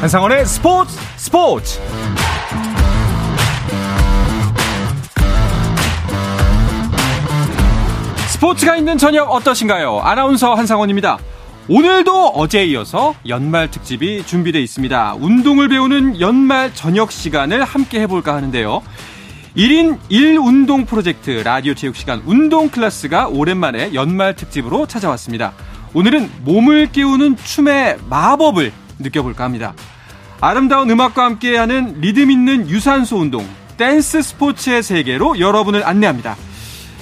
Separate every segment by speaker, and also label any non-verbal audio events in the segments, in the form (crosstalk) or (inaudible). Speaker 1: 한상원의 스포츠 스포츠 스포츠가 있는 저녁 어떠신가요? 아나운서 한상원입니다. 오늘도 어제에 이어서 연말 특집이 준비되어 있습니다. 운동을 배우는 연말 저녁 시간을 함께 해볼까 하는데요. 1인 1운동 프로젝트 라디오 체육시간 운동 클래스가 오랜만에 연말 특집으로 찾아왔습니다. 오늘은 몸을 깨우는 춤의 마법을 느껴볼까 합니다. 아름다운 음악과 함께하는 리듬 있는 유산소 운동, 댄스 스포츠의 세계로 여러분을 안내합니다.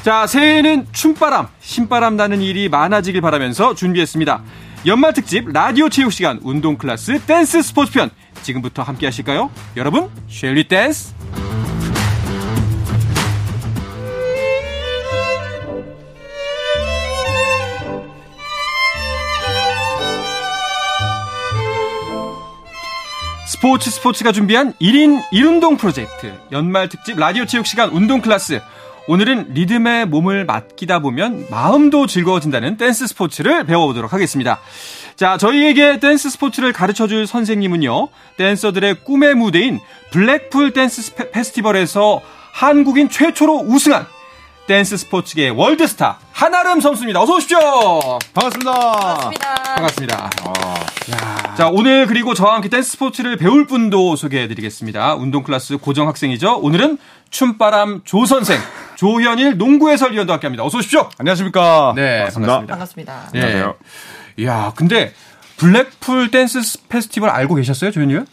Speaker 1: 자, 새해에는 춤바람, 신바람 나는 일이 많아지길 바라면서 준비했습니다. 연말 특집 라디오 체육 시간 운동 클래스 댄스 스포츠 편 지금부터 함께 하실까요? 여러분, 쉘리 댄스. 스포츠 스포츠가 준비한 1인 1운동 프로젝트 연말 특집 라디오 체육 시간 운동 클래스 오늘은 리듬에 몸을 맡기다 보면 마음도 즐거워진다는 댄스 스포츠를 배워보도록 하겠습니다. 자, 저희에게 댄스 스포츠를 가르쳐 줄 선생님은요. 댄서들의 꿈의 무대인 블랙풀 댄스 스페- 페스티벌에서 한국인 최초로 우승한 댄스 스포츠계의 월드스타 한아름 선수입니다. 어서 오십시오.
Speaker 2: 반갑습니다.
Speaker 1: 반갑습니다. 아. 자, 오늘 그리고 저와 함께 댄스 스포츠를 배울 분도 소개해 드리겠습니다. 운동 클래스 고정 학생이죠. 오늘은 춤바람 조
Speaker 2: (laughs)
Speaker 1: 선생, 조현일 농구 해설위원도 함께 합니다. 어서 오십시오.
Speaker 2: 안녕하십니까.
Speaker 1: 네, 반갑습니다.
Speaker 3: 반갑습니다.
Speaker 1: 네.
Speaker 2: 안녕하세요.
Speaker 1: 야, 근데 블랙풀 댄스 스- 페스티벌 알고 계셨어요, 조현일? 위원?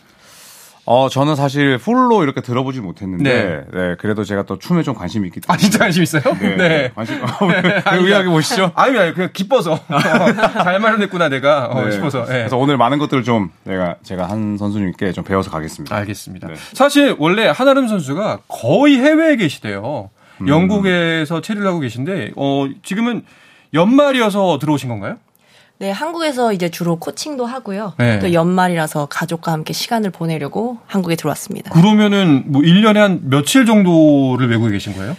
Speaker 2: 어, 저는 사실 풀로 이렇게 들어보지 못했는데,
Speaker 1: 네.
Speaker 2: 네. 그래도 제가 또 춤에 좀 관심이 있기 때문에.
Speaker 1: 아, 진짜 관심 있어요? 네. (laughs) 그러니까
Speaker 2: 관심, 아, 왜, 왜 의아하게 보시죠?
Speaker 1: 아니, 아니, 그냥
Speaker 2: (laughs)
Speaker 1: 기뻐서. 잘 마련했구나, 내가. 어,
Speaker 2: 네.
Speaker 1: 싶어서. 예.
Speaker 2: 그래서 오늘 많은 것들을 좀 내가, 제가 한 선수님께 좀 배워서 가겠습니다.
Speaker 1: 알겠습니다.
Speaker 2: 네.
Speaker 1: 사실 원래 한아름 선수가 거의 해외에 계시대요. 영국에서 체류를 하고 계신데 어 지금은 연말이어서 들어오신 건가요?
Speaker 3: 네, 한국에서 이제 주로 코칭도 하고요.
Speaker 1: 네.
Speaker 3: 또 연말이라서 가족과 함께 시간을 보내려고 한국에 들어왔습니다.
Speaker 1: 그러면은 뭐 1년에 한 며칠 정도를 외국에 계신 거예요?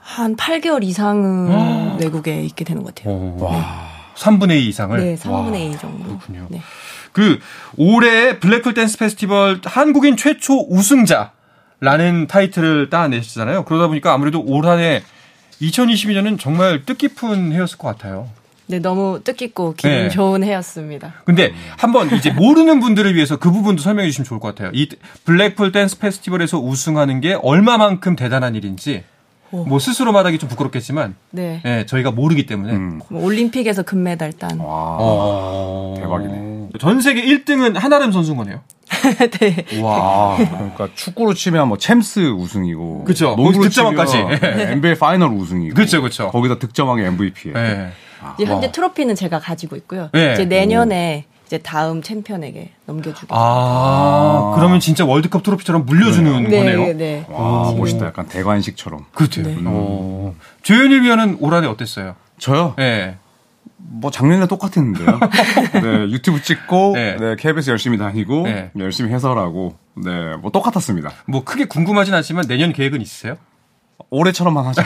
Speaker 3: 한 8개월
Speaker 1: 아.
Speaker 3: 이상은 외국에 있게 되는 것 같아요.
Speaker 1: 와. 3분의 2 이상을
Speaker 3: 네,
Speaker 1: 어, 와.
Speaker 3: 3분의 2 정도.
Speaker 1: 그렇군요.
Speaker 3: 네.
Speaker 1: 그 올해 블랙풀 댄스 페스티벌 한국인 최초 우승자 라는 타이틀을 따내셨잖아요. 그러다 보니까 아무래도 올 한해 2022년은 정말 뜻깊은 해였을 것 같아요.
Speaker 3: 네, 너무 뜻깊고 기분
Speaker 1: 네.
Speaker 3: 좋은 해였습니다.
Speaker 1: 근데 한번 이제 모르는 분들을 위해서 그 부분도 설명해 주시면 좋을 것 같아요. 이 블랙풀 댄스 페스티벌에서 우승하는 게 얼마만큼 대단한 일인지
Speaker 3: 오.
Speaker 1: 뭐 스스로 말하기 좀 부끄럽겠지만
Speaker 3: 네.
Speaker 1: 예, 저희가 모르기 때문에
Speaker 2: 음.
Speaker 3: 뭐 올림픽에서 금메달 딴.
Speaker 2: 와.
Speaker 1: 어.
Speaker 2: 대박이네.
Speaker 1: 전 세계 1등은 한아름 선수인 거네요.
Speaker 3: 네.
Speaker 1: 와.
Speaker 2: 그러니까 축구로 치면 뭐 챔스 우승이고.
Speaker 1: 그쵸.
Speaker 2: 농구로
Speaker 1: 거기서 득점왕까지. (laughs) 네.
Speaker 2: 치면 NBA 파이널 우승이고.
Speaker 1: 그쵸, 그쵸.
Speaker 2: 거기다 득점왕의 MVP에.
Speaker 1: 예.
Speaker 3: 이제 현재 트로피는 제가 가지고 있고요.
Speaker 1: 네.
Speaker 3: 이제 내년에 이제 다음 챔피언에게 넘겨주고.
Speaker 1: 아, 그러면 진짜 월드컵 트로피처럼 물려주는 거네요.
Speaker 3: 네, 네.
Speaker 1: 음.
Speaker 2: 와, 멋있다. 약간 대관식처럼.
Speaker 1: 그렇대요.
Speaker 3: 네.
Speaker 1: 어. 조현일 위원은 올 한해 어땠어요?
Speaker 2: 저요?
Speaker 1: 예.
Speaker 2: 뭐
Speaker 1: (laughs)
Speaker 2: 작년이랑 똑같았는데요. 네, 유튜브 찍고,
Speaker 1: 네.
Speaker 2: 네. KBS 열심히 다니고,
Speaker 1: 네.
Speaker 2: 열심히 해설하고, 네, 뭐 똑같았습니다.
Speaker 1: 뭐 크게 궁금하진 않지만 내년 계획은 있으세요? (laughs)
Speaker 2: 올해처럼만 하자.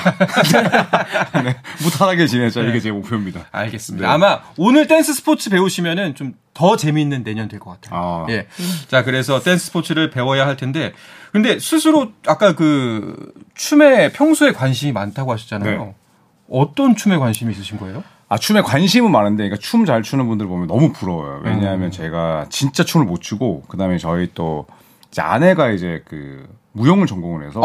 Speaker 2: 네, 무탈하게 지내자.
Speaker 1: 네.
Speaker 2: 이게 제 목표입니다.
Speaker 1: 알겠습니다.
Speaker 2: 네.
Speaker 1: 아마 오늘 댄스 스포츠 배우시면은 좀 더 재미있는 내년 될 것 같아요.
Speaker 2: 아.
Speaker 1: 예. 자, 그래서 댄스 스포츠를 배워야 할 텐데, 근데 스스로 아까 그 춤에 평소에 관심이 많다고 하셨잖아요.
Speaker 2: 네.
Speaker 1: 어떤 춤에 관심이 있으신 거예요?
Speaker 2: 아, 춤에 관심은 많은데, 그러니까 춤 잘 추는 분들 보면 너무 부러워요.
Speaker 1: 음.
Speaker 2: 왜냐하면 제가 진짜 춤을 못 추고, 그 다음에 저희 또, 이제 아내가 이제 그, 무용을 전공을 해서,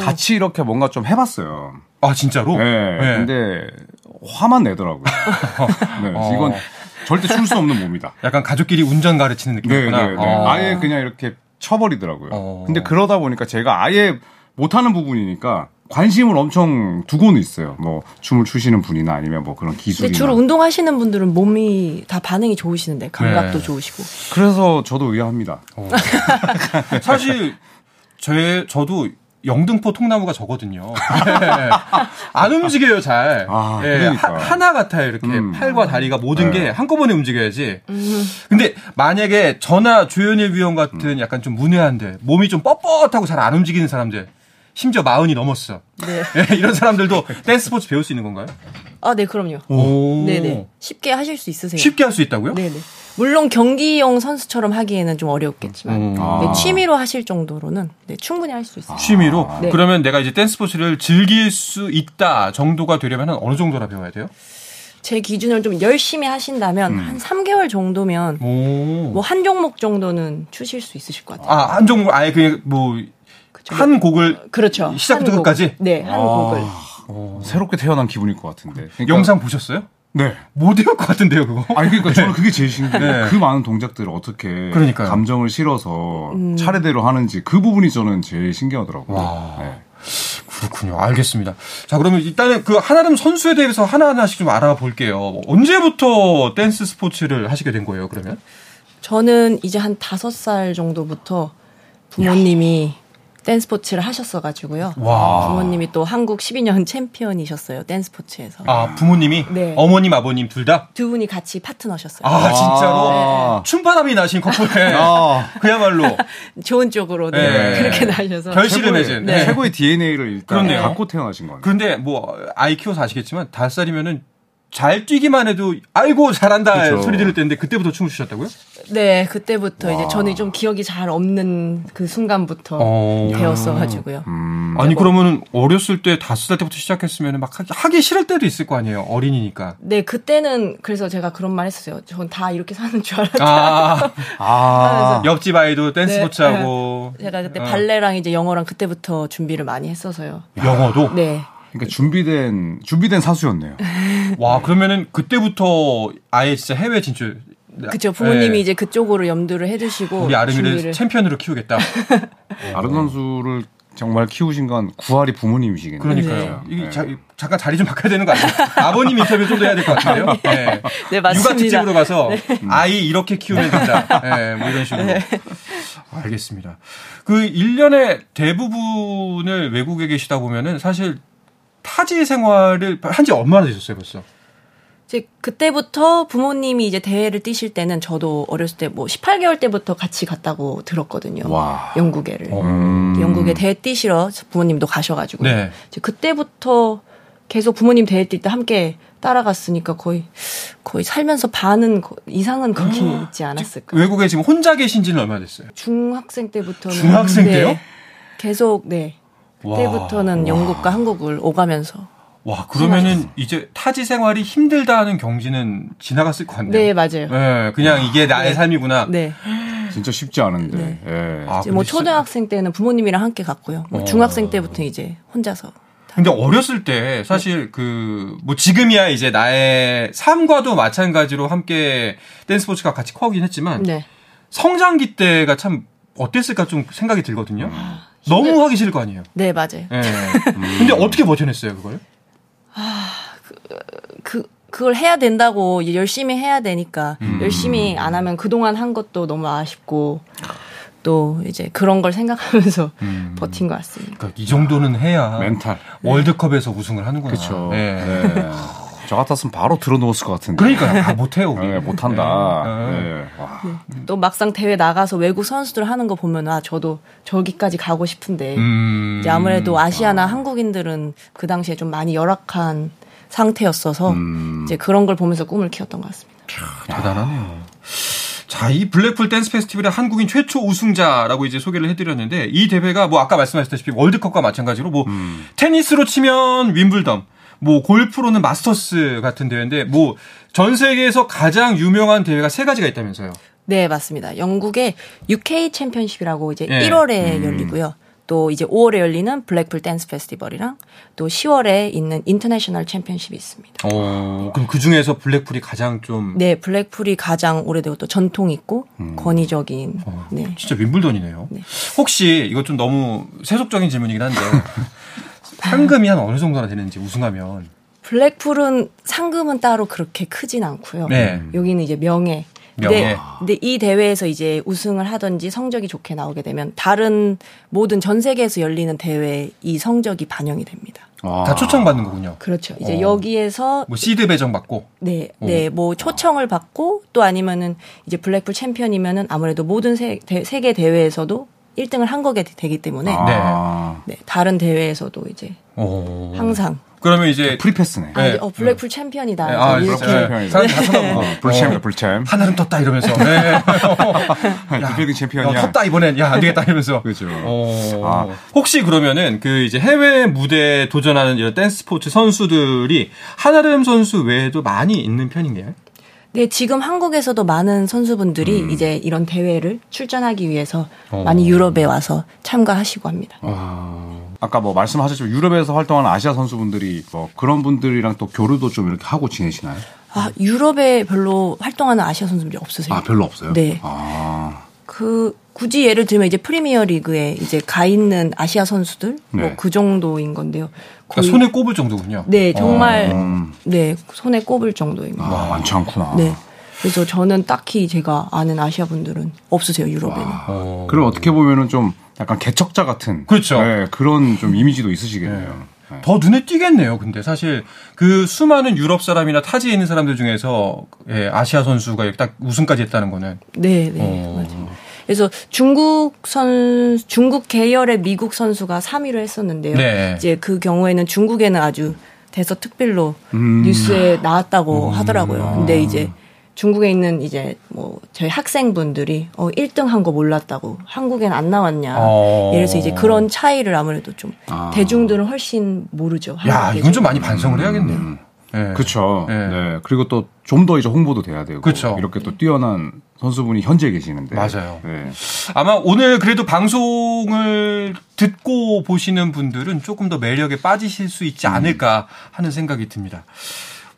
Speaker 1: 아,
Speaker 2: 같이 이렇게 뭔가 좀 해봤어요.
Speaker 1: 아 진짜로?
Speaker 2: 어. 네.
Speaker 1: 네.
Speaker 2: 근데, 화만
Speaker 1: (laughs)
Speaker 2: 내더라고요. 네. 그래서 이건
Speaker 1: 어.
Speaker 2: 절대 출 수 없는 몸이다.
Speaker 1: 약간 가족끼리 운전 가르치는
Speaker 2: 네,
Speaker 1: 느낌이구나.
Speaker 2: 네, 네.
Speaker 1: 어.
Speaker 2: 아예 그냥 이렇게 쳐버리더라고요.
Speaker 1: 어.
Speaker 2: 근데 그러다 보니까 제가 아예 못하는 부분이니까 관심을 엄청 두고는 있어요. 뭐 춤을 추시는 분이나 아니면 뭐 그런
Speaker 3: 근데
Speaker 2: 기술이나.
Speaker 3: 주로 운동하시는 분들은 몸이 다 반응이 좋으시는데 감각도
Speaker 1: 네.
Speaker 3: 좋으시고.
Speaker 2: 그래서 저도 의아합니다.
Speaker 1: 어. 네. 사실 제 저도 영등포 통나무가 (laughs) 저거든요. 예. 안 움직여요 잘.
Speaker 2: 아,
Speaker 1: 예,
Speaker 2: 그러니까.
Speaker 1: 하, 나 같아요 이렇게
Speaker 2: 음.
Speaker 1: 팔과 다리가 모든
Speaker 2: 네.
Speaker 1: 게 한꺼번에 움직여야지.
Speaker 3: 음.
Speaker 1: 근데 만약에 저나 조현일 위원 같은 약간 좀 문외한데 몸이 좀 뻣뻣하고 잘 안 움직이는 사람들. 심지어 마흔이 넘었어.
Speaker 3: 네.
Speaker 1: 예, (laughs) 이런 사람들도 댄스 스포츠 배울 수 있는 건가요?
Speaker 3: 아, 네, 그럼요.
Speaker 1: 오.
Speaker 3: 네네. 쉽게 하실 수 있으세요?
Speaker 1: 쉽게 할 수 있다고요?
Speaker 3: 네네. 물론 경기용 선수처럼 하기에는 좀 어렵겠지만
Speaker 1: 음.
Speaker 2: 아.
Speaker 3: 네, 취미로 하실 정도로는 네, 충분히 할 수 있습니다.
Speaker 1: 취미로?
Speaker 3: 네.
Speaker 1: 그러면 내가 이제 댄스 스포츠를 즐길 수 있다 정도가 되려면 한 어느 정도나 배워야 돼요?
Speaker 3: 제 기준으로 좀 열심히 하신다면
Speaker 1: 음.
Speaker 3: 한 3개월 정도면
Speaker 1: 오.
Speaker 3: 뭐 한 종목 정도는 추실 수 있으실 것 같아요.
Speaker 1: 아, 한 종목 아예 그냥
Speaker 3: 그쵸.
Speaker 1: 뭐 한 곡을
Speaker 3: 그렇죠.
Speaker 1: 시작부터
Speaker 3: 한 곡.
Speaker 1: 끝까지? 아.
Speaker 3: 네, 한 곡을.
Speaker 2: 새롭게 태어난 기분일 것 같은데. 그러니까-
Speaker 1: 영상 보셨어요?
Speaker 2: 네.
Speaker 1: 못 외울 것 같은데요, 그거?
Speaker 2: 아니 그러니까 저는 그게 제일 신기해요.
Speaker 1: 네.
Speaker 2: 그 많은 동작들을 어떻게
Speaker 1: 그러니까요.
Speaker 2: 감정을 실어서
Speaker 3: 음.
Speaker 2: 차례대로 하는지 그 부분이 저는 제일 신기하더라고요.
Speaker 1: 와.
Speaker 2: 네.
Speaker 1: 그렇군요. 알겠습니다. 자, 그러면 일단은 그 하나름 선수에 대해서 하나하나씩 좀 알아볼게요. 언제부터 댄스 스포츠를 하시게 된 거예요, 그러면?
Speaker 3: 저는 이제 한 다섯 살 정도부터 부모님이 댄스 스포츠를 하셨어가지고요.
Speaker 1: 와.
Speaker 3: 부모님이 또 한국 12년 챔피언이셨어요. 댄스 스포츠에서.
Speaker 1: 아, 부모님이?
Speaker 3: 네.
Speaker 1: 어머님, 아버님 둘 다?
Speaker 3: 두 분이 같이 파트너셨어요.
Speaker 1: 아, 진짜로?
Speaker 2: 네.
Speaker 1: 춤바람이 나신 커플에.
Speaker 3: 네.
Speaker 2: 아,
Speaker 1: (laughs) 그야말로.
Speaker 3: 좋은 쪽으로 네,
Speaker 1: 네.
Speaker 3: 그렇게 나셔서.
Speaker 1: 결실을
Speaker 2: 최고의-
Speaker 1: 맺은.
Speaker 3: 네.
Speaker 2: 최고의 DNA를 일단
Speaker 1: 그렇네요.
Speaker 2: 갖고 태어나신 거네요.
Speaker 1: 그런데 뭐 아이 키워서 아시겠지만 다섯 살이면은 잘 뛰기만 해도 아이고 잘한다
Speaker 2: 그쵸.
Speaker 1: 소리 들을 때인데 그때부터 춤을 추셨다고요?
Speaker 3: 네, 그때부터 이제 저는 좀 기억이 잘 없는 그 순간부터
Speaker 1: 어.
Speaker 3: 배웠어가지고요.
Speaker 2: 음,
Speaker 1: 아니 그러면은 어렸을 때 다섯 살 때부터 시작했으면은 막 하기, 하기 싫을 때도 있을 거 아니에요 어린이니까.
Speaker 3: (laughs) 네, 그때는 그래서 제가 그런 말 했었어요. 전 다 이렇게 사는 줄 알았다.
Speaker 1: 아
Speaker 2: 아,
Speaker 1: 옆집 아이도 댄스
Speaker 3: 네.
Speaker 1: 스포츠 하고
Speaker 3: 제가 그때
Speaker 1: 어.
Speaker 3: 발레랑 이제 영어랑 그때부터 준비를 많이 했어서요.
Speaker 1: 영어도
Speaker 3: 네.
Speaker 2: 그러니까 준비된 준비된 사수였네요.
Speaker 1: 와 그러면은 그때부터 아예 진짜 해외 진출.
Speaker 3: 그쵸. 부모님이
Speaker 1: 예.
Speaker 3: 이제 그쪽으로 염두를 해주시고.
Speaker 1: 우리 아름이를
Speaker 3: 준비를.
Speaker 1: 챔피언으로 키우겠다.
Speaker 2: 아름 선수를 정말 키우신 건 구할이 부모님이시겠네요.
Speaker 1: 그러니까요.
Speaker 2: 네.
Speaker 1: 이게 자- 잠깐 자리 좀 바꿔야 되는 거 아니에요? 아버님 인터뷰 좀 더 해야 될 것 같은데요. 네.
Speaker 3: 네,
Speaker 1: 육아
Speaker 3: 맞습니다. 네.
Speaker 1: 특집으로 가서 음. 아이 이렇게 키우면 된다. 예, 뭐 이런 식으로. 알겠습니다. 그 1년에 대부분을 외국에 계시다 보면은 사실 타지 생활을 한 지 얼마나 되셨어요, 벌써?
Speaker 3: 이제 그때부터 부모님이 이제 대회를 뛰실 때는 저도 어렸을 때 뭐 18개월 때부터 같이 갔다고 들었거든요.
Speaker 2: 네. 와.
Speaker 3: 영국에를.
Speaker 1: 어.
Speaker 2: 음.
Speaker 3: 영국에 대회 뛰시러 부모님도 가셔가지고.
Speaker 1: 네.
Speaker 3: 이제 그때부터 계속 부모님 대회 뛸 때 함께 따라갔으니까 거의, 거의 살면서 반은 거- 이상은 거기
Speaker 1: 아.
Speaker 3: 있지 않았을까.
Speaker 1: 외국에 지금 혼자 계신 지는 얼마나 됐어요?
Speaker 3: 중학생 때부터는 네.
Speaker 1: 중학생 때요?
Speaker 3: 계속 네 그때부터는 영국과 한국을 오가면서
Speaker 1: 와, 그러면은 이제 타지 생활이 힘들다 하는 경지는 지나갔을 것 같네요.
Speaker 3: 네 맞아요.
Speaker 1: 예, 그냥 이게 나의 삶이구나.
Speaker 3: 네.
Speaker 2: 음. 진짜 쉽지 않은데. 예.
Speaker 1: 아,
Speaker 3: 이제
Speaker 1: 근데 진짜-
Speaker 3: 뭐
Speaker 1: 어.
Speaker 3: 초등학생 때는 부모님이랑 함께 갔고요. 뭐 중학생 때부터 이제 혼자서
Speaker 1: 근데 어렸을 때
Speaker 3: 네.
Speaker 1: 사실 그 뭐 지금이야 이제 나의 삶과도 마찬가지로 함께 댄스 스포츠가 같이 커오긴 했지만
Speaker 3: 네.
Speaker 1: 성장기 때가 참 어땠을까 좀 생각이 들거든요. 너무 하기 싫을 거 아니에요.
Speaker 3: 아, 네, 맞아요.
Speaker 1: 예. 근데 어떻게 버텨냈어요 그걸?
Speaker 3: 그 그걸 해야 된다고 이제 열심히 해야 되니까
Speaker 1: 음.
Speaker 3: 열심히 안 하면 그동안 한 것도 너무 아쉽고 또 이제 그런 걸 생각하면서
Speaker 1: 음.
Speaker 3: (laughs) 버틴 것 같습니다.
Speaker 1: 그러니까 이 정도는 해야
Speaker 2: 멘탈.
Speaker 1: 월드컵에서 우승을 하는구나.
Speaker 2: 그렇죠.
Speaker 1: 예.
Speaker 2: 네. 저 같았으면 바로 들어놓았을 것 같은데.
Speaker 1: 그러니까요. 아, 못해요 우리.
Speaker 2: 예, 못한다.
Speaker 1: 예.
Speaker 2: 예. 와.
Speaker 3: 또 막상 대회 나가서 외국 선수들 하는 거 보면 아 저도 저기까지 가고 싶은데
Speaker 1: 음.
Speaker 3: 이제 아무래도 아시아나 한국인들은 그 당시에 좀 많이 열악한 상태였어서
Speaker 1: 음.
Speaker 3: 이제 그런 걸 보면서 꿈을 키웠던 것 같습니다.
Speaker 1: 대단하네요. 자, 이 블랙풀 댄스 페스티벌의 한국인 최초 우승자라고 이제 소개를 해드렸는데 이 대회가 뭐 아까 말씀하셨다시피 월드컵과 마찬가지로 뭐 테니스로 치면 윈블덤, 뭐 골프로는 마스터스 같은 대회인데 뭐 전 세계에서 가장 유명한 대회가 세 가지가 있다면서요.
Speaker 3: 네, 맞습니다. 영국의 UK 챔피언십이라고 이제
Speaker 1: 예.
Speaker 3: 1월에 열리고요. 또 이제 5월에 열리는 블랙풀 댄스 페스티벌이랑 또 10월에 있는 인터내셔널 챔피언십이 있습니다.
Speaker 1: 어, 그럼 그 중에서 블랙풀이 가장 좀
Speaker 3: 네, 블랙풀이 가장 오래되고 또 전통 있고
Speaker 1: 음.
Speaker 3: 권위적인 네.
Speaker 1: 진짜 윈블던이네요. 혹시 이거 좀 너무 세속적인 질문이긴 한데 상금이 한 어느 정도나 되는지 우승하면
Speaker 3: 블랙풀은 상금은 따로 그렇게 크진 않고요.
Speaker 1: 네.
Speaker 3: 여기는 이제 명예.
Speaker 1: 명예.
Speaker 3: 근데, 근데 이 대회에서 이제 우승을 하든지 성적이 좋게 나오게 되면 다른 모든 전 세계에서 열리는 대회 이 성적이 반영이 됩니다.
Speaker 2: 와.
Speaker 1: 네. 다 초청받는 거군요.
Speaker 3: 그렇죠. 이제
Speaker 1: 어.
Speaker 3: 여기에서
Speaker 1: 뭐 시드 배정 받고
Speaker 3: 네, 네, 뭐 초청을 받고 또 아니면은 이제 블랙풀 챔피언이면은 아무래도 모든 세, 대, 세계 대회에서도 1등을 한 거게 되기 때문에
Speaker 1: 네.
Speaker 2: 아.
Speaker 3: 네, 다른 대회에서도 이제
Speaker 1: 어.
Speaker 3: 항상
Speaker 1: 그러면 이제
Speaker 2: 프리패스네.
Speaker 3: 아,
Speaker 1: 네.
Speaker 3: 어, 블랙풀 챔피언이다.
Speaker 1: 아,
Speaker 3: 이렇게.
Speaker 1: 그렇죠. 네.
Speaker 2: 사람 다 쳐다보고 어, 불챔이다 불챔.
Speaker 1: 하늘은 떴다 이러면서 네.
Speaker 2: 디필딩 (laughs) 챔피언이야.
Speaker 1: 야, 섰다 이번엔 야 안 되겠다 이러면서
Speaker 2: 그죠.
Speaker 1: 어.
Speaker 2: 아.
Speaker 1: 혹시 그러면은 그 이제 해외 무대에 도전하는 이런 댄스 스포츠 선수들이 한아름 선수 외에도 많이 있는 편인가요? 그러니까
Speaker 3: 네, 지금 한국에서도 많은 선수분들이 이제 이런 대회를 출전하기 위해서
Speaker 1: 음. 어.
Speaker 3: 많이 유럽에 와서 참가하시고 합니다.
Speaker 2: 아까 뭐 말씀하셨지만 유럽에서 활동하는 아시아 선수분들이 뭐 그런 분들이랑 또 교류도 좀 이렇게 하고 지내시나요?
Speaker 3: 아, 유럽에 별로 활동하는 아시아 선수들이 없으세요?
Speaker 2: 아 별로 없어요.
Speaker 3: 네.
Speaker 2: 아,
Speaker 3: 그 굳이 예를 들면 이제 프리미어 리그에 이제 가 있는 아시아 선수들
Speaker 2: 네.
Speaker 3: 뭐 그 정도인 건데요.
Speaker 1: 그러니까
Speaker 3: 거의-
Speaker 1: 손에 아. 꼽을 정도군요.
Speaker 3: 네, 정말
Speaker 2: 음.
Speaker 3: 네, 손에 꼽을 정도입니다.
Speaker 2: 아 많지 않구나.
Speaker 3: 네. 그래서 저는 딱히 제가 아는 아시아 분들은 없으세요, 유럽에는.
Speaker 1: 어.
Speaker 2: 그럼 어떻게 보면은 좀 약간 개척자 같은
Speaker 1: 그렇죠.
Speaker 2: 네, 그런 좀 이미지도 있으시겠네요. 네.
Speaker 1: 더 눈에 띄겠네요. 근데 사실 그 수많은 유럽 사람이나 타지에 있는 사람들 중에서 예, 아시아 선수가 이렇게 딱 우승까지 했다는 거는
Speaker 3: 네, 네.
Speaker 1: 어.
Speaker 3: 맞아요. 그래서 중국 선 중국 계열의 미국 선수가 3위를 했었는데요.
Speaker 1: 네.
Speaker 3: 이제 그 경우에는 중국에는 아주 대서 특별로
Speaker 2: 음.
Speaker 1: 아.
Speaker 3: 뉴스에
Speaker 1: 음.
Speaker 3: 나왔다고 하더라고요. 근데 이제 중국에 있는 이제 뭐 저희 학생분들이 어 1등 한 거 몰랐다고 한국엔 안 나왔냐.
Speaker 1: 어.
Speaker 3: 예를 들어서 이제 그런 차이를 아무래도 좀
Speaker 2: 아.
Speaker 3: 대중들은 훨씬 모르죠.
Speaker 1: 야
Speaker 3: 한국
Speaker 1: 이건 좀
Speaker 3: 대중.
Speaker 1: 많이 반성을 해야겠네요. 예.
Speaker 2: 그렇죠.
Speaker 1: 예.
Speaker 2: 네. 그리고 또 좀 더 이제 홍보도 돼야 되고
Speaker 1: 그쵸.
Speaker 2: 이렇게 또 뛰어난 선수분이 현재 계시는데
Speaker 1: 맞아요.
Speaker 2: 네.
Speaker 1: 아마 오늘 그래도 방송을 듣고 보시는 분들은 조금 더 매력에 빠지실 수 있지 않을까 하는 생각이 듭니다.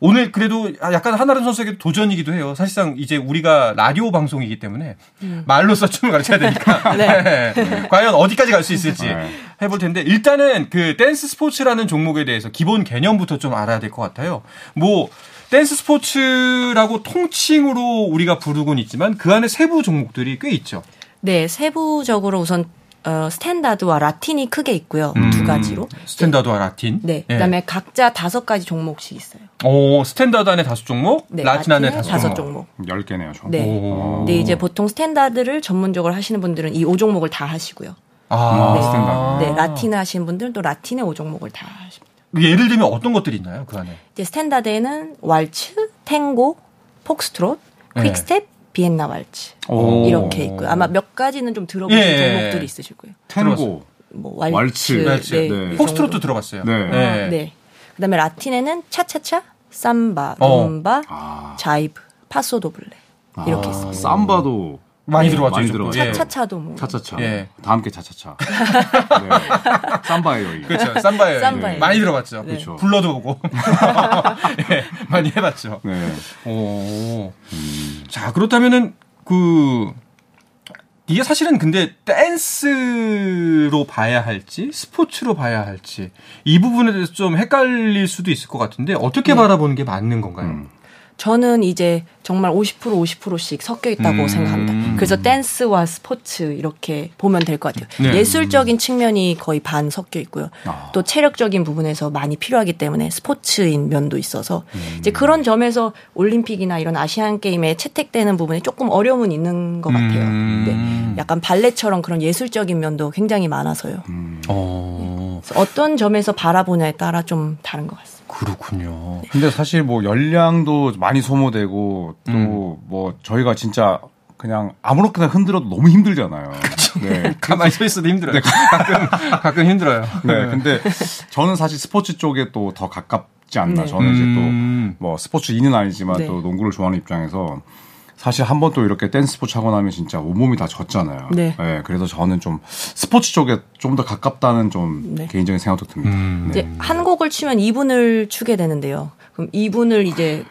Speaker 1: 오늘 그래도 약간 한아름 선수에게 도전이기도 해요. 사실상 이제 우리가 라디오 방송이기 때문에 말로써 춤을 가르쳐야 되니까 음. (laughs) 네. 과연 어디까지 갈 수 있을지
Speaker 2: 네.
Speaker 1: 해볼 텐데 일단은 그 댄스 스포츠라는 종목에 대해서 기본 개념부터 좀 알아야 될 것 같아요. 뭐 댄스 스포츠라고 통칭으로 우리가 부르곤 있지만 그 안에 세부 종목들이 꽤 있죠.
Speaker 3: 네, 세부적으로 우선 어, 스탠다드와 라틴이 크게 있고요.
Speaker 1: 음.
Speaker 3: 두 가지로.
Speaker 1: 스탠다드와 라틴.
Speaker 3: 네.
Speaker 1: 예.
Speaker 3: 그다음에 각자 다섯 가지 종목씩 있어요.
Speaker 1: 오, 스탠다드 안에 다섯 종목,
Speaker 3: 네,
Speaker 1: 라틴 안에
Speaker 3: 라틴의
Speaker 1: 다섯,
Speaker 3: 다섯
Speaker 1: 종목. 어.
Speaker 3: 종목.
Speaker 2: 열개네요 총.
Speaker 3: 네.
Speaker 1: 오.
Speaker 3: 근데 이제 보통 스탠다드를 전문적으로 하시는 분들은 이 5종목을 다 하시고요.
Speaker 1: 아,
Speaker 3: 네.
Speaker 2: 스탠다드.
Speaker 3: 네, 라틴 하시는 분들은 또 라틴의 5종목을 다 하십니다.
Speaker 1: 그 예를 들면 어떤 것들이 있나요, 그 안에?
Speaker 3: 이제 스탠다드에는 왈츠, 탱고, 폭스트롯,
Speaker 1: 네.
Speaker 3: 퀵스텝, 비엔나 왈츠.
Speaker 2: 오.
Speaker 3: 이렇게 있고요. 아마 몇 가지는 좀 들어보신
Speaker 1: 예, 예, 예.
Speaker 3: 종목들이 있으실 거예요.
Speaker 2: 탱고.
Speaker 3: 뭐 왈츠,
Speaker 2: 왈츠,
Speaker 1: 왈츠,
Speaker 3: 네,
Speaker 2: 네.
Speaker 3: 이
Speaker 1: 폭스트롯도 예.
Speaker 3: 정도.
Speaker 1: 들어봤어요.
Speaker 2: 네.
Speaker 3: 네. 그다음에 라틴에는 차차차, 삼바,
Speaker 1: 어.
Speaker 3: 룸바,
Speaker 2: 아.
Speaker 3: 자이브, 파소도블레 이렇게
Speaker 2: 아,
Speaker 3: 있습니다.
Speaker 2: 삼바도
Speaker 1: 많이
Speaker 2: 네,
Speaker 1: 들어봤죠,
Speaker 2: 많이
Speaker 1: 좀.
Speaker 2: 들어봤죠.
Speaker 1: 예.
Speaker 3: 차차차도 뭐.
Speaker 2: 차차차.
Speaker 1: 예.
Speaker 2: 다 함께 (laughs) 차차차. 네. 삼바예요, 이게.
Speaker 1: 그렇죠. 삼바예요.
Speaker 3: 삼바예요. 네.
Speaker 1: 많이 들어봤죠.
Speaker 2: 그렇죠.
Speaker 1: 불러도 오고. (laughs) 예, 많이 해봤죠.
Speaker 2: 네. 음,
Speaker 1: 오. 자, 그렇다면은, 그, 이게 사실은 근데 댄스로 봐야 할지, 스포츠로 봐야 할지, 이 부분에 대해서 좀 헷갈릴 수도 있을 것 같은데, 어떻게
Speaker 2: 네.
Speaker 1: 바라보는 게 맞는 건가요?
Speaker 2: 음.
Speaker 3: 저는 이제 정말 50% 50%씩 섞여 있다고
Speaker 1: 음.
Speaker 3: 생각합니다. 그래서 댄스와 스포츠 이렇게 보면 될 것 같아요.
Speaker 1: 네.
Speaker 3: 예술적인 측면이 거의 반 섞여 있고요.
Speaker 2: 아.
Speaker 3: 또 체력적인 부분에서 많이 필요하기 때문에 스포츠인 면도 있어서
Speaker 1: 음.
Speaker 3: 이제 그런 점에서 올림픽이나 이런 아시안 게임에 채택되는 부분이 조금 어려움은 있는 것 같아요.
Speaker 1: 음.
Speaker 3: 네. 약간 발레처럼 그런 예술적인 면도 굉장히 많아서요.
Speaker 1: 음. 어,
Speaker 3: 그래서 어떤 점에서 바라보냐에 따라 좀 다른 것 같습니다.
Speaker 1: 그렇군요.
Speaker 2: 근데 사실 뭐 열량도 많이 소모되고 또 뭐 저희가 진짜 그냥 아무렇게나 흔들어도 너무 (laughs) 힘들잖아요. 네.
Speaker 1: 가만히 서 있어도 힘들어요. 가끔, 가끔 힘들어요.
Speaker 2: 네. 근데 저는 사실 스포츠 쪽에 또 더 가깝지 않나.
Speaker 3: 네.
Speaker 2: 저는 이제
Speaker 1: 음.
Speaker 2: 또 뭐 스포츠 인은 아니지만
Speaker 3: 네.
Speaker 2: 또 농구를 좋아하는 입장에서 사실 한 번 또 이렇게 댄스 스포츠 하고 나면 진짜 온몸이 다 젖잖아요. 예,
Speaker 3: 네.
Speaker 2: 그래서 저는 좀 스포츠 쪽에 좀 더 가깝다는 좀
Speaker 3: 네.
Speaker 2: 개인적인 생각도 듭니다.
Speaker 1: 음.
Speaker 3: 이제 한 곡을 치면 2분을 추게 되는데요. 그럼 2분을 이제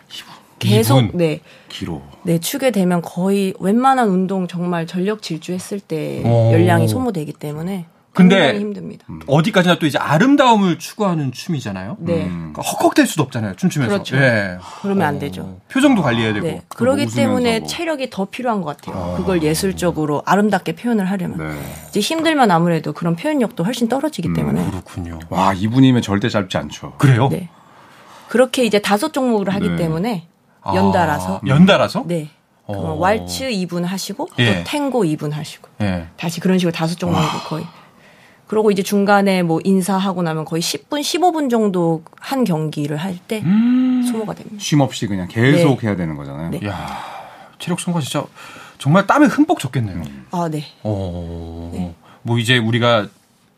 Speaker 3: 계속
Speaker 1: 이분?
Speaker 3: 네,
Speaker 2: 길어.
Speaker 3: 네 추게 되면 거의 웬만한 운동 정말 전력 질주했을 때
Speaker 1: 오.
Speaker 3: 열량이 소모되기 때문에
Speaker 1: 근데- 음.
Speaker 3: 굉장히 힘듭니다.
Speaker 1: 어디까지나 또 이제 아름다움을 추구하는 춤이잖아요.
Speaker 3: 네,
Speaker 2: 음.
Speaker 1: 그러니까 헉헉댈 수도 없잖아요. 춤추면서.
Speaker 3: 그렇죠.
Speaker 1: 예.
Speaker 3: 그러면 안 되죠.
Speaker 1: 어, 표정도 관리해야 되고.
Speaker 3: 네, 그러기
Speaker 2: 웃으면서
Speaker 3: 때문에
Speaker 2: 뭐.
Speaker 3: 체력이 더 필요한 것 같아요. 그걸 예술적으로 아름답게 표현을 하려면
Speaker 2: 네.
Speaker 3: 이제 힘들면 아무래도 그런 표현력도 훨씬 떨어지기 때문에
Speaker 1: 그렇군요.
Speaker 2: 와 이분이면 절대 짧지 않죠.
Speaker 1: 그래요?
Speaker 3: 네. 그렇게 이제 다섯 종목으로 하기
Speaker 2: 네.
Speaker 3: 때문에
Speaker 1: 아,
Speaker 3: 연달아서
Speaker 1: 연달아서?
Speaker 3: 네. 그럼
Speaker 1: 어.
Speaker 3: 왈츠 2분 하시고
Speaker 1: 예.
Speaker 3: 또 탱고 2분 하시고
Speaker 1: 예.
Speaker 3: 다시 그런 식으로 다섯 종목으로 거의 그러고 이제 중간에 뭐 인사하고 나면 거의 10분, 15분 정도 한 경기를 할 때
Speaker 1: 음.
Speaker 3: 소모가 됩니다.
Speaker 2: 쉼 없이 그냥 계속 해야 되는 거잖아요.
Speaker 3: 네.
Speaker 1: 예. 야 체력 소모가 진짜 정말 땀에 흠뻑 젖겠네요.
Speaker 3: 아, 네.
Speaker 1: 어.
Speaker 3: 네.
Speaker 1: 뭐 이제 우리가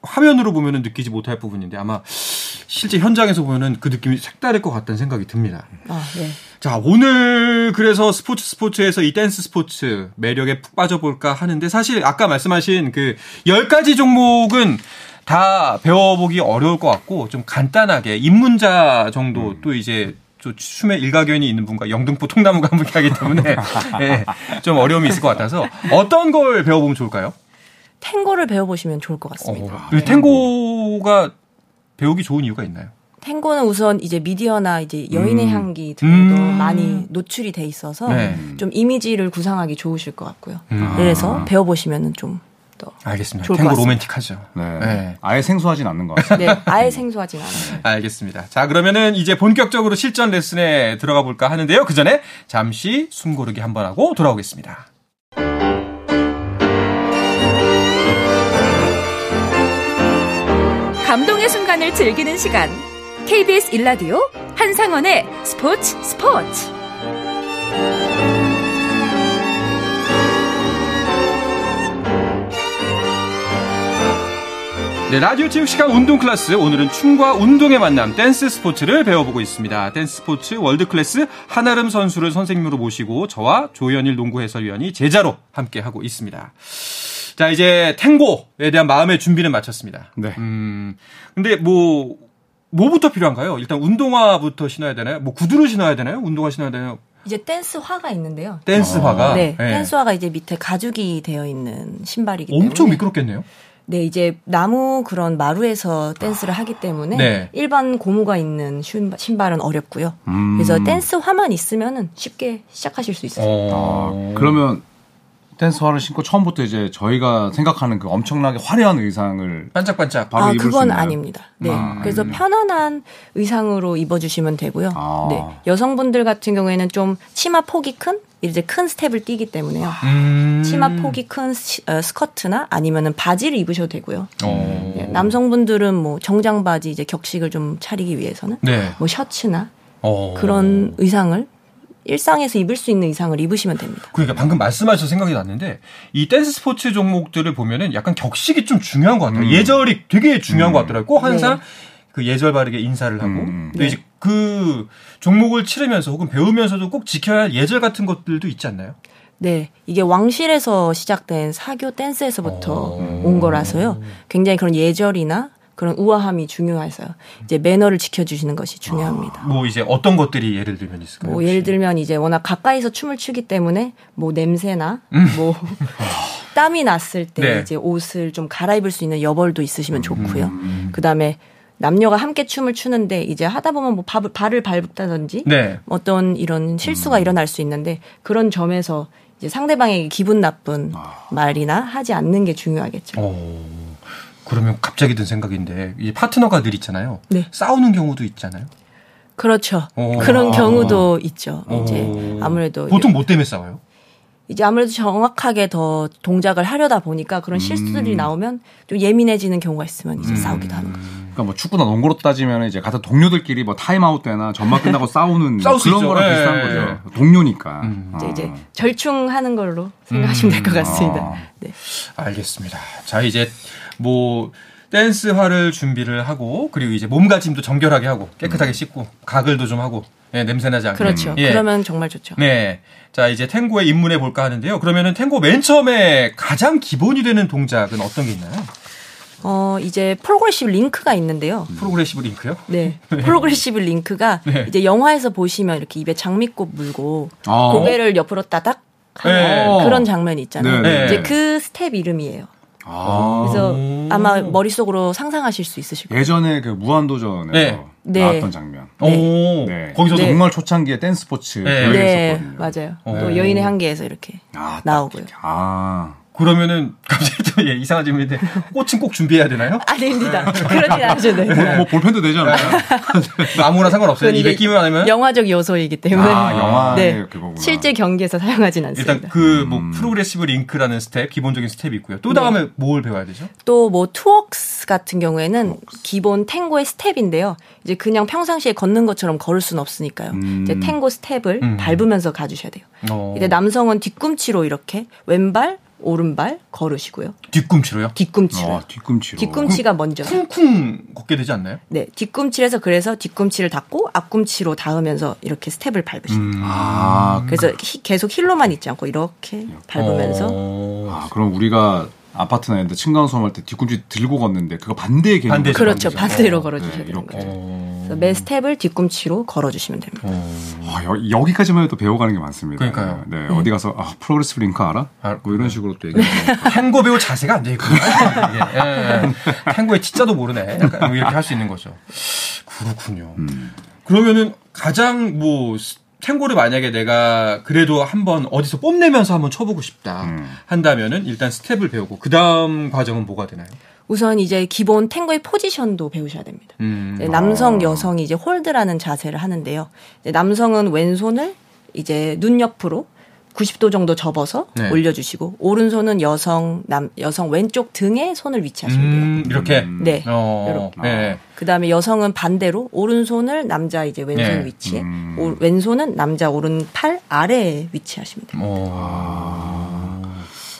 Speaker 1: 화면으로 보면은 느끼지 못할 부분인데 아마 실제 현장에서 보면은 그 느낌이 색다를 것 같다는 생각이 듭니다.
Speaker 3: 아, 네.
Speaker 1: 자, 오늘 그래서 스포츠 스포츠에서 이 댄스 스포츠 매력에 푹 빠져볼까 하는데 사실 아까 말씀하신 그 10가지 종목은 다 배워보기 어려울 것 같고 좀 간단하게 입문자 정도
Speaker 3: 음.
Speaker 1: 또 이제 또 춤에 일가견이 있는 분과 영등포 통나무가 함께 하기
Speaker 3: (laughs)
Speaker 1: 때문에 예, 좀 어려움이 있을 것 같아서 어떤 걸 배워보면 좋을까요?
Speaker 3: 탱고를 배워보시면 좋을 것 같습니다.
Speaker 1: 어, 이 탱고가 배우기 좋은 이유가 있나요?
Speaker 3: 탱고는 우선 이제 미디어나 이제 여인의
Speaker 1: 음.
Speaker 3: 향기 등도
Speaker 1: 음.
Speaker 3: 많이 노출이 돼 있어서
Speaker 1: 네.
Speaker 3: 좀 이미지를 구상하기 좋으실 것 같고요.
Speaker 1: 음.
Speaker 3: 그래서 배워보시면 좀더
Speaker 1: 알겠습니다.
Speaker 3: 좋을 것
Speaker 1: 탱고
Speaker 3: 같습니다.
Speaker 1: 로맨틱하죠.
Speaker 2: 네.
Speaker 1: 네.
Speaker 2: 아예 생소하진 않는 것 같아요.
Speaker 1: (laughs)
Speaker 3: 네, 아예 생소하진 않아요.
Speaker 1: 알겠습니다. 자, 그러면은 이제 본격적으로 실전 레슨에 들어가 볼까 하는데요. 그 전에 잠시 숨 고르기 한번 하고 돌아오겠습니다.
Speaker 4: 감동의 순간을 즐기는 시간. KBS 일라디오 한상원의 스포츠 스포츠.
Speaker 1: 네, 라디오 체육 시간 운동 클래스. 오늘은 춤과 운동의 만남 댄스 스포츠를 배워보고 있습니다. 댄스 스포츠 월드 클래스 한아름 선수를 선생님으로 모시고 저와 조현일 농구 해설위원이 제자로 함께 하고 있습니다. 자, 이제 탱고에 대한 마음의 준비는 마쳤습니다.
Speaker 2: (laughs) 네.
Speaker 1: 음. 근데 뭐 뭐부터 필요한가요? 일단 운동화부터 신어야 되나요? 뭐 구두를 신어야 되나요? 운동화 신어야 되나요?
Speaker 3: 이제 댄스화가 있는데요.
Speaker 1: 댄스화가
Speaker 3: 네,
Speaker 1: 예.
Speaker 3: 댄스화가 이제 밑에 가죽이 되어 있는 신발이기 때문에
Speaker 1: 엄청 미끄럽겠네요.
Speaker 3: 네, 이제 나무 그런 마루에서 댄스를 하기 때문에
Speaker 1: 네.
Speaker 3: 일반 고무가 있는 신- 신발은 어렵고요. 그래서 댄스화만 있으면은 쉽게 시작하실 수 있어요.
Speaker 2: 아, 그러면 댄스화를 신고 처음부터 이제 저희가 생각하는 그 엄청나게 화려한 의상을
Speaker 1: 반짝반짝.
Speaker 2: 바로
Speaker 3: 아,
Speaker 2: 입을 수
Speaker 3: 그건
Speaker 2: 있나요?
Speaker 3: 아닙니다. 네. 그래서 편안한 의상으로 입어주시면 되고요.
Speaker 2: 아.
Speaker 3: 네. 여성분들 같은 경우에는 좀 치마 폭이 큰, 이제 큰 스텝을 뛰기 때문에요.
Speaker 1: 음.
Speaker 3: 치마 폭이 큰 시- 어, 스커트나 아니면은 바지를 입으셔도 되고요.
Speaker 1: 어.
Speaker 2: 네,
Speaker 3: 예, 남성분들은 뭐 정장 바지 이제 격식을 좀 차리기 위해서는
Speaker 1: 네.
Speaker 3: 뭐 셔츠나
Speaker 1: 어.
Speaker 3: 그런 의상을 일상에서 입을 수 있는 의상을 입으시면 됩니다.
Speaker 1: 그러니까 방금 말씀하셔서 생각이 났는데 이 댄스 스포츠 종목들을 보면은 약간 격식이 좀 중요한 것
Speaker 2: 음.
Speaker 1: 같아요. 예절이 되게 중요한 것 같더라고요. 꼭 항상 그 예절 바르게 인사를 하고
Speaker 2: 음.
Speaker 1: 또
Speaker 3: 네.
Speaker 1: 이제 그 종목을 치르면서 혹은 배우면서도 꼭 지켜야 할 예절 같은 것들도 있지 않나요?
Speaker 3: 네, 이게 왕실에서 시작된 사교 댄스에서부터
Speaker 1: 어.
Speaker 3: 온 거라서요. 굉장히 그런 예절이나 그런 우아함이 중요해서요. 이제 매너를 지켜주시는 것이 중요합니다.
Speaker 1: 뭐 이제 어떤 것들이 예를 들면 있을까요?
Speaker 3: 뭐 예를 들면 이제 워낙 가까이서 춤을 추기 때문에 뭐 냄새나
Speaker 1: (laughs)
Speaker 3: 뭐 땀이 났을
Speaker 1: 음.
Speaker 3: 때
Speaker 1: 네. 음.
Speaker 3: 이제 옷을 좀 갈아입을 수 있는 여벌도 있으시면 좋고요. 그다음에 남녀가 함께 춤을 추는데 이제 하다 보면 뭐 밥- 발을 밟다든지 뭐
Speaker 1: 네. 음.
Speaker 3: 어떤 이런 실수가 일어날 수 있는데 그런 점에서 이제 상대방에게 기분 나쁜 말이나 하지 않는 게 중요하겠죠.
Speaker 1: 아. 어, 그러면 갑자기 든 생각인데 이 파트너가 늘 있잖아요.
Speaker 3: 네.
Speaker 1: 싸우는 경우도 있잖아요.
Speaker 3: 그렇죠.
Speaker 1: 어.
Speaker 3: 그런 경우도 있죠.
Speaker 1: 어.
Speaker 3: 네, 이제 아무래도
Speaker 1: 보통 뭐 때문에 싸워요?
Speaker 3: 이제 아무래도 정확하게 더 동작을 하려다 보니까 그런 실수들이 나오면 좀 예민해지는 경우가 있으면 이제 싸우기도 하는 거죠.
Speaker 2: 그러니까 뭐 축구나 농구로 따지면 이제 같은 동료들끼리 뭐 타임아웃 때나 전반 끝나고 (laughs) 싸우는 뭐
Speaker 1: 싸울 수
Speaker 2: 그런
Speaker 1: 있죠.
Speaker 2: 거랑
Speaker 1: 예,
Speaker 2: 비슷한
Speaker 1: 예, 음.
Speaker 2: 거죠. 동료니까.
Speaker 3: 이제,
Speaker 2: 어.
Speaker 3: 이제 절충하는 걸로 생각하시면 될 것 같습니다.
Speaker 2: 아.
Speaker 3: 네.
Speaker 1: 알겠습니다. 자, 이제 뭐 댄스화를 준비를 하고 그리고 이제 몸가짐도 정결하게 하고 깨끗하게 씻고 가글도 좀 하고 예, 냄새나지 않게.
Speaker 3: 그렇죠.
Speaker 1: 예.
Speaker 3: 그러면 정말 좋죠.
Speaker 1: 네. 자, 이제 탱고에 입문해 볼까 하는데요. 그러면은 탱고 맨 처음에 가장 기본이 되는 동작은 어떤 게 있나요?
Speaker 3: 어, 이제 프로그레시브 링크가 있는데요.
Speaker 1: 프로그레시브 링크요?
Speaker 3: 네. 프로그레시브 링크가 이제 영화에서 보시면 이렇게 입에 장미꽃 물고
Speaker 2: 아.
Speaker 3: 고개를 옆으로 따닥 하는
Speaker 1: 네.
Speaker 3: 그런 장면이 있잖아요.
Speaker 2: 네,
Speaker 1: 네.
Speaker 3: 이제 그 스텝 이름이에요.
Speaker 2: 아.
Speaker 3: 그래서
Speaker 1: 오.
Speaker 3: 아마 머릿속으로 상상하실 수 있으실 거예요.
Speaker 2: 예전에 그 무한도전에서
Speaker 1: 네.
Speaker 3: 네.
Speaker 2: 나왔던 장면.
Speaker 1: 오.
Speaker 2: 네.
Speaker 1: 거기서
Speaker 3: 네.
Speaker 2: 정말 초창기에 댄스 스포츠
Speaker 1: 네.
Speaker 2: 교육이
Speaker 3: 네,
Speaker 2: 있었거든요.
Speaker 3: 맞아요.
Speaker 1: 어.
Speaker 3: 또 여인의 한계에서 이렇게
Speaker 2: 아, 딱
Speaker 3: 나오고요.
Speaker 2: 아.
Speaker 1: 그러면은 갑자기 또 예, 이상한 질문인데 꽃은 꼭 준비해야 되나요?
Speaker 3: 아닙니다. 그러진 않으셔도
Speaker 1: 네.
Speaker 2: 네?
Speaker 3: 됩니다.
Speaker 5: 뭐, 뭐 볼펜도 되잖아요.
Speaker 1: 그러니까 아무나 상관없어요.
Speaker 3: 그건
Speaker 1: 200
Speaker 3: 이게
Speaker 1: 끼면 하면
Speaker 3: 영화적 요소이기 때문에
Speaker 2: 아, 영화의
Speaker 3: 네.
Speaker 2: 그거구나. 어,
Speaker 3: 실제 경기에서 사용하진 않습니다.
Speaker 1: 일단 그 뭐 프로그레시브 링크라는 스텝 기본적인 스텝이 있고요. 또 다음에
Speaker 3: 네.
Speaker 1: 뭘 배워야 되죠?
Speaker 3: 또 뭐 투웍스 같은 경우에는 기본 탱고의 스텝인데요. 이제 그냥 평상시에 걷는 것처럼 걸을 수는 없으니까요. 이제 탱고 스텝을
Speaker 1: 음.
Speaker 3: 밟으면서 가주셔야 돼요.
Speaker 1: 어,
Speaker 3: 이제 남성은 뒤꿈치로 이렇게 왼발, 오른발 걸으시고요.
Speaker 1: 뒤꿈치로요?
Speaker 3: 뒤꿈치로.
Speaker 2: 아, 뒤꿈치로.
Speaker 3: 뒤꿈치가 먼저.
Speaker 1: 음. 쿵쿵 걷게 되지 않나요?
Speaker 3: 네, 뒤꿈치에서 그래서 뒤꿈치를 닫고 앞꿈치로 닿으면서 이렇게 스텝을 밟으시는 거예요.
Speaker 2: 아,
Speaker 3: 그래서
Speaker 1: 음.
Speaker 3: 히- 계속 힐로만 있지 않고 이렇게 밟으면서
Speaker 1: 어,
Speaker 2: 아, 그럼 우리가 아파트나 이런 데 층간소음 할 때 뒤꿈치 들고 걷는데 그거 반대의 개념.
Speaker 1: 반대죠.
Speaker 3: 그렇죠.
Speaker 1: 반대죠.
Speaker 3: 반대로
Speaker 2: 어,
Speaker 3: 걸어주셔야
Speaker 2: 네,
Speaker 3: 되는
Speaker 2: 이렇게.
Speaker 3: 거죠.
Speaker 1: 어,
Speaker 3: 그래서 매 스텝을 뒤꿈치로 걸어주시면 됩니다.
Speaker 2: 아, 여, 기까지만 해도 배워가는 게 많습니다.
Speaker 1: 그러니까요.
Speaker 2: 네, 어디 가서 아, 프로그레스 링크 알아?
Speaker 1: 아,
Speaker 2: 뭐 이런 식으로
Speaker 3: 네.
Speaker 2: 또
Speaker 3: (laughs)
Speaker 2: 얘기해요.
Speaker 1: 탱고 배우 자세가 안 되겠군요. 이게. 예, 예. 탱고의 진짜도 모르네. 약간 뭐 이렇게 할 수 있는 거죠. 그렇군요. 그러면은 가장 뭐 스- 탱고를 만약에 내가 그래도 한번 어디서 뽐내면서 한번 쳐보고 싶다
Speaker 2: 음.
Speaker 1: 한다면은 일단 스텝을 배우고 그 다음 과정은 뭐가 되나요?
Speaker 3: 우선 이제 기본 탱고의 포지션도 배우셔야 됩니다.
Speaker 1: 음.
Speaker 3: 이제 남성, 여성이 이제 홀드라는 자세를 하는데요. 이제 남성은 왼손을 이제 눈 옆으로 90도 정도 접어서
Speaker 1: 네.
Speaker 3: 올려주시고 오른손은 여성 남 여성 왼쪽 등에 손을 위치하시면 돼요.
Speaker 1: 음, 이렇게.
Speaker 3: 네.
Speaker 1: 어,
Speaker 3: 요렇게.
Speaker 1: 네.
Speaker 3: 그다음에 여성은 반대로 오른손을 남자 이제 왼손
Speaker 1: 네.
Speaker 3: 위치에 예.
Speaker 2: 음.
Speaker 3: 오- 왼손은 남자 오른팔 아래에 위치하시면 됩니다.
Speaker 2: 어.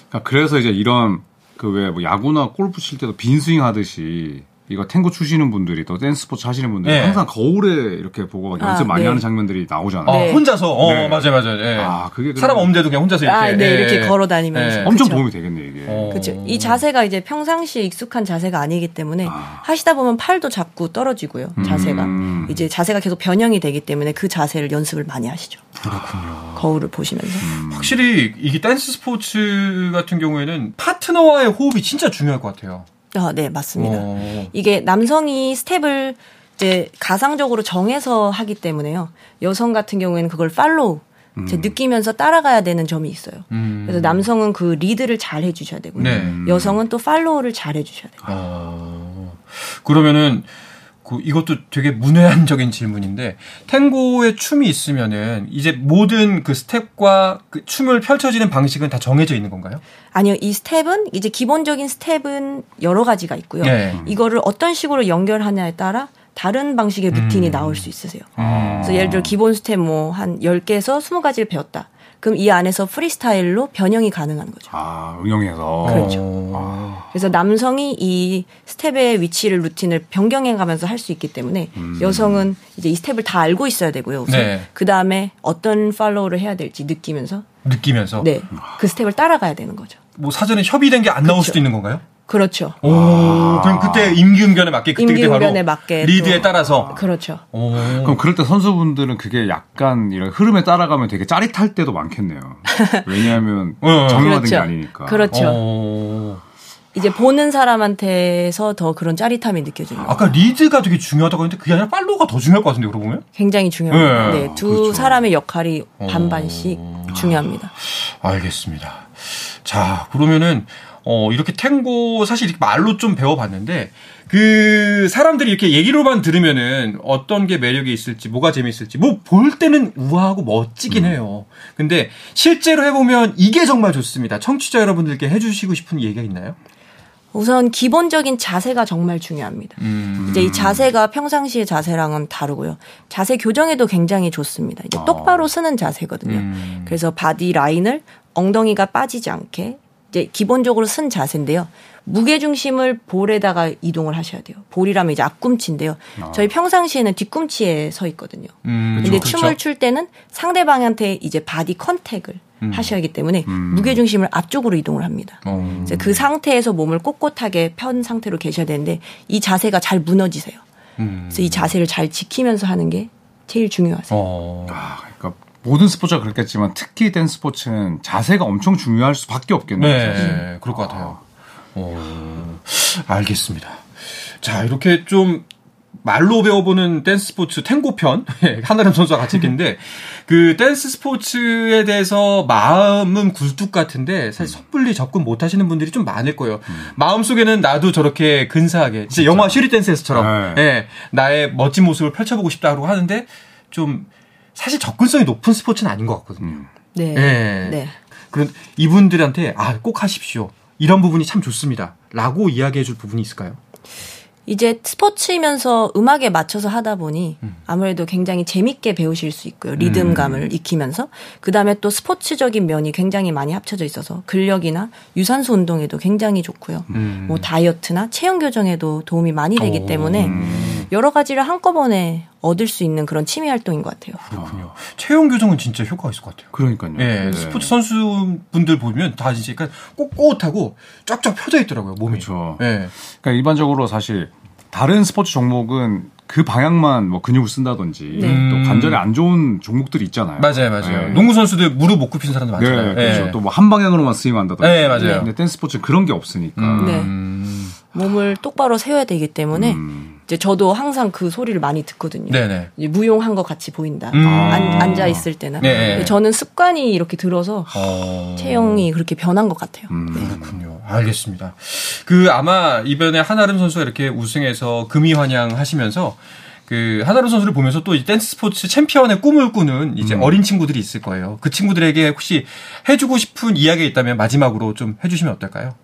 Speaker 2: 그러니까 그래서 이제 이런 그 왜 뭐 야구나 골프 칠 때도 빈스윙 하듯이 이거 탱고 추시는 분들이 또 댄스 스포츠 하시는 분들이
Speaker 1: 네.
Speaker 2: 항상 거울에 이렇게 보고 막
Speaker 3: 아,
Speaker 2: 연습 많이
Speaker 3: 네.
Speaker 2: 하는 장면들이
Speaker 1: 어,
Speaker 2: 나오잖아요.
Speaker 3: 네.
Speaker 1: 혼자서, 어,
Speaker 2: 네.
Speaker 1: 맞아요, 맞아요. 예.
Speaker 2: 아, 그게
Speaker 1: 사람
Speaker 2: 그러면-
Speaker 1: 없는데도 그냥 혼자서 이렇게.
Speaker 3: 아, 네,
Speaker 1: 예,
Speaker 3: 이렇게
Speaker 1: 예.
Speaker 3: 걸어 다니면서.
Speaker 1: 예.
Speaker 2: 엄청
Speaker 3: 그쵸.
Speaker 2: 도움이 되겠네 이게.
Speaker 1: 어.
Speaker 3: 그렇죠. 이 자세가 이제 평상시에 익숙한 자세가 아니기 때문에 하시다 보면 팔도 자꾸 떨어지고요.
Speaker 2: 음.
Speaker 3: 자세가 이제 자세가 계속 변형이 되기 때문에 그 자세를 연습을 많이 하시죠. 그렇군요. 거울을 보시면서
Speaker 1: 음. 확실히 이게 댄스 스포츠 같은 경우에는 파트너와의 호흡이 진짜 중요할 것 같아요.
Speaker 3: 아, 네 맞습니다.
Speaker 1: 어.
Speaker 3: 이게 남성이 스텝을 이제 가상적으로 정해서 하기 때문에요. 여성 같은 경우에는 그걸 팔로우 이제 느끼면서 따라가야 되는 점이 있어요.
Speaker 1: 음.
Speaker 3: 그래서 남성은 그 리드를 잘 해주셔야 되고요.
Speaker 1: 네.
Speaker 2: 음.
Speaker 3: 여성은 또 팔로우를 잘 해주셔야 돼요.
Speaker 1: 어. 그러면은 그 이것도 되게 문외한적인 질문인데 탱고의 춤이 있으면은 이제 모든 그 스텝과 그 춤을 펼쳐지는 방식은 다 정해져 있는 건가요?
Speaker 3: 아니요, 이 스텝은 이제 기본적인 스텝은 여러 가지가 있고요.
Speaker 1: 네.
Speaker 3: 이거를 어떤 식으로 연결하냐에 따라 다른 방식의 루틴이
Speaker 1: 음.
Speaker 3: 나올 수 있으세요.
Speaker 1: 아.
Speaker 3: 그래서 예를 들어 기본 스텝 뭐 한 10개에서 20가지를 배웠다. 그럼 이 안에서 프리스타일로 변형이 가능한 거죠.
Speaker 2: 아 응용해서.
Speaker 1: 그렇죠.
Speaker 3: 그래서 남성이 이 스텝의 위치를 루틴을 변경해 가면서 할 수 있기 때문에 여성은 이제 이 스텝을 다 알고 있어야 되고요. 우선.
Speaker 1: 음. 네.
Speaker 3: 그다음에 어떤 팔로우를 해야 될지 느끼면서
Speaker 1: 느끼면서
Speaker 3: 네. 그 스텝을 따라가야 되는 거죠.
Speaker 1: 뭐 사전에 협의된 게 안 나올 수도 있는 건가요?
Speaker 3: 그렇죠.
Speaker 1: 오, 그럼 그때 임기응변에 맞게 그때 그때 바로
Speaker 3: 임기응변에 맞게
Speaker 1: 리드에
Speaker 3: 또-
Speaker 1: 따라서
Speaker 3: 그렇죠.
Speaker 1: 오.
Speaker 2: 그럼 그럴 때 선수분들은 그게 약간 이런 흐름에 따라가면 되게 짜릿할 때도
Speaker 3: (laughs)
Speaker 2: 많겠네요. 왜냐하면
Speaker 1: 어, 어.
Speaker 2: 정형화된 게
Speaker 3: 그렇죠.
Speaker 2: 아니니까. 어.
Speaker 3: 그렇죠.
Speaker 1: 오.
Speaker 3: 이제 보는 사람한테서 더 그런 짜릿함이 느껴지는 거죠.
Speaker 1: 아까 리드가 되게 중요하다고 했는데 그게 아니라 팔로우가 더 중요할 것 같은데 그러고 보면
Speaker 3: 굉장히 중요합니다.
Speaker 1: 네.
Speaker 3: 네, 두
Speaker 2: 그렇죠. 어.
Speaker 3: 사람의 역할이 반반씩 중요합니다.
Speaker 1: 알겠습니다. 자, 그러면은 어 이렇게 탱고 사실 이렇게 말로 좀 배워봤는데 그 사람들이 이렇게 얘기로만 들으면은 어떤 게 매력이 있을지 뭐가 재밌을지 뭐 볼 때는 우아하고 멋지긴 해요. 근데 실제로 해보면 이게 정말 좋습니다. 청취자 여러분들께 해주시고 싶은 얘기가 있나요?
Speaker 3: 우선 기본적인 자세가 정말 중요합니다. 이제
Speaker 2: 음.
Speaker 3: 이 자세가 평상시의 자세랑은 다르고요. 자세 교정에도 굉장히 좋습니다.
Speaker 2: 아.
Speaker 3: 이제 똑바로 쓰는 자세거든요. 그래서 바디 라인을 엉덩이가 빠지지 않게 이제 기본적으로 쓴 자세인데요. 무게 중심을 볼에다가 이동을 하셔야 돼요. 볼이라면 이제 앞꿈치인데요. 저희 평상시에는 뒤꿈치에 서 있거든요.
Speaker 1: 아. 음,
Speaker 3: 근데 춤을 출 때는 상대방한테 이제 바디 컨택을
Speaker 1: 음.
Speaker 3: 하셔야 하기 때문에 무게 중심을 앞쪽으로 이동을 합니다.
Speaker 1: 어.
Speaker 3: 이제 그 상태에서 몸을 꼿꼿하게 편 상태로 계셔야 되는데 이 자세가 잘 무너지세요.
Speaker 1: 음.
Speaker 3: 그래서 이 자세를 잘 지키면서 하는 게 제일 중요하세요.
Speaker 1: 어.
Speaker 2: 아, 그러니까 모든 스포츠가 그렇겠지만 특히 댄스 스포츠는 자세가 엄청 중요할 수밖에 없겠네요. 사실.
Speaker 1: 네, 아. 그럴 것 같아요. 어, 알겠습니다. 자, 이렇게 좀 말로 배워보는 댄스 스포츠 탱고편 (laughs) 예, 한아름 선수와 같이 (laughs) 했는데 그 댄스 스포츠에 대해서 마음은 굴뚝 같은데 사실 섣불리 접근 못하시는 분들이 좀 많을 거예요. 음. 마음 속에는 나도 저렇게 근사하게 진짜 영화 슈리 댄스에서처럼
Speaker 2: 네.
Speaker 1: 예, 나의 멋진 모습을 펼쳐보고 싶다고 하는데 좀 사실 접근성이 높은 스포츠는 아닌 것 같거든요.
Speaker 3: 네.
Speaker 1: 예.
Speaker 3: 네.
Speaker 1: 그런 이분들한테 아 꼭 하십시오. 이런 부분이 참 좋습니다.라고 이야기해줄 부분이 있을까요?
Speaker 3: 이제 스포츠이면서 음악에 맞춰서 하다 보니 아무래도 굉장히 재밌게 배우실 수 있고요. 리듬감을 익히면서. 그 다음에 또 스포츠적인 면이 굉장히 많이 합쳐져 있어서 근력이나 유산소 운동에도 굉장히 좋고요.
Speaker 2: 음.
Speaker 1: 음.
Speaker 3: 뭐 다이어트나 체형 교정에도 도움이 많이 되기 때문에 여러 가지를 한꺼번에 얻을 수 있는 그런 취미 활동인 것 같아요.
Speaker 2: 그렇군요.
Speaker 1: 체형 교정은 진짜 효과가 있을 것 같아요.
Speaker 2: 그러니까요.
Speaker 1: 예,
Speaker 2: 네.
Speaker 1: 스포츠 선수분들 보면 다 진짜 약간 꼿꼿하고 쫙쫙 펴져 있더라고요, 몸이.
Speaker 2: 그렇죠.
Speaker 1: 예.
Speaker 2: 그러니까 일반적으로 사실 다른 스포츠 종목은 그 방향만 뭐 근육을 쓴다든지
Speaker 3: 네.
Speaker 2: 또 관절에 안 좋은 종목들이
Speaker 1: 음.
Speaker 2: 있잖아요.
Speaker 1: 맞아요, 맞아요.
Speaker 2: 예.
Speaker 1: 농구 선수들 무릎 못 굽히는 사람도
Speaker 2: 네,
Speaker 1: 많잖아요.
Speaker 2: 그렇죠.
Speaker 1: 예.
Speaker 2: 또 뭐 한 방향으로만 스윙한다든지.
Speaker 1: 네, 맞아요. 음. 네.
Speaker 2: 근데 댄스 스포츠 는 그런 게 없으니까.
Speaker 3: 네. 몸을 똑바로 세워야 되기 때문에 이제 저도 항상 그 소리를 많이 듣거든요.
Speaker 1: 네네.
Speaker 3: 이제 무용한 것 같이 보인다.
Speaker 1: 음.
Speaker 3: 앉아 있을 때나.
Speaker 1: 네.
Speaker 3: 저는 습관이 이렇게 들어서
Speaker 1: 어.
Speaker 3: 체형이 그렇게 변한 것 같아요.
Speaker 1: 음.
Speaker 3: 네.
Speaker 1: 그렇군요. 알겠습니다. 그 아마 이번에 한아름 선수가 이렇게 우승해서 금이 환영하시면서 그 한아름 선수를 보면서 또 이 댄스 스포츠 챔피언의 꿈을 꾸는 이제 어린 친구들이 있을 거예요. 그 친구들에게 혹시 해주고 싶은 이야기 있다면 마지막으로 좀 해주시면 어떨까요?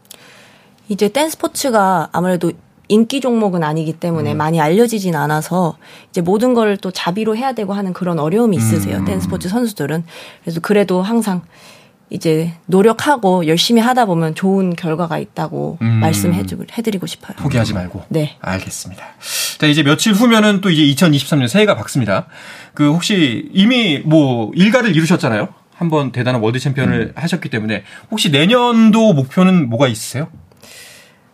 Speaker 3: 이제 댄스 스포츠가 아무래도 인기 종목은 아니기
Speaker 1: 음.
Speaker 3: 때문에 많이 알려지진 않아서 이제 모든 걸 또 자비로 해야 되고 하는 그런 어려움이
Speaker 1: 음.
Speaker 3: 있으세요. 댄스 스포츠 선수들은. 그래서 그래도 항상 이제 노력하고 열심히 하다 보면 좋은 결과가
Speaker 1: 음.
Speaker 3: 있다고 말씀해 주, 해드리고 싶어요.
Speaker 1: 포기하지 말고.
Speaker 3: 네.
Speaker 1: 알겠습니다. 자, 이제 며칠 후면은 또 이제 2023년 새해가 밝습니다. 그 혹시 이미 뭐 일가를 이루셨잖아요. 한번 대단한 월드 챔피언을 하셨기 때문에 혹시 내년도 목표는 뭐가 있으세요?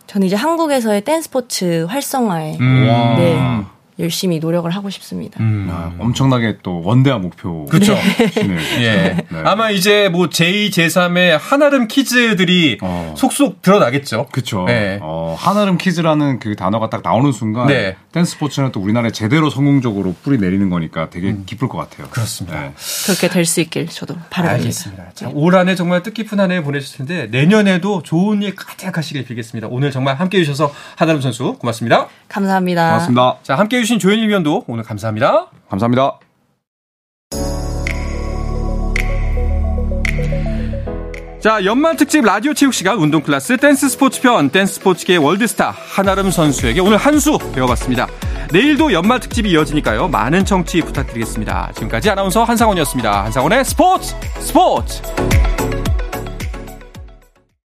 Speaker 3: 저는 이제 한국에서의 댄스 스포츠 활성화에
Speaker 1: 음. 와.
Speaker 3: 네, 열심히 노력을 하고 싶습니다.
Speaker 1: 음.
Speaker 2: 아, 엄청나게 또 원대한 목표. (laughs)
Speaker 1: 그렇죠. 예.
Speaker 2: 예.
Speaker 1: 아마 이제 뭐 제2, 제3의 한아름 키즈들이
Speaker 2: 어.
Speaker 1: 속속 드러나겠죠.
Speaker 2: 그쵸.
Speaker 1: 예.
Speaker 2: 어, 한아름 키즈라는 그 단어가 딱 나오는 순간
Speaker 1: 네.
Speaker 2: 댄스 스포츠는 또 우리나라에 제대로 성공적으로 뿌리 내리는 거니까 되게 기쁠 것 같아요.
Speaker 1: 음. 그렇습니다.
Speaker 2: 네.
Speaker 3: 그렇게 될 수 있길 저도 바랍니다.
Speaker 1: 알겠습니다. 자, 올 한해 정말 뜻깊은 한 해 보내실 텐데 내년에도 좋은 일 가득 하시길 빌겠습니다. 오늘 정말 함께 해주셔서 한아름 선수 고맙습니다.
Speaker 3: 감사합니다.
Speaker 2: 고맙습니다.
Speaker 1: 자, 함께 해주신 조현일 위원도 오늘 감사합니다.
Speaker 2: 감사합니다.
Speaker 1: 자, 연말 특집 라디오 체육 시간 운동 클래스 댄스 스포츠 편 댄스 스포츠계 월드스타 한아름 선수에게 오늘 한 수 배워봤습니다. 내일도 연말 특집이 이어지니까요. 많은 청취 부탁드리겠습니다. 지금까지 아나운서 한상원이었습니다. 한상원의 스포츠 스포츠!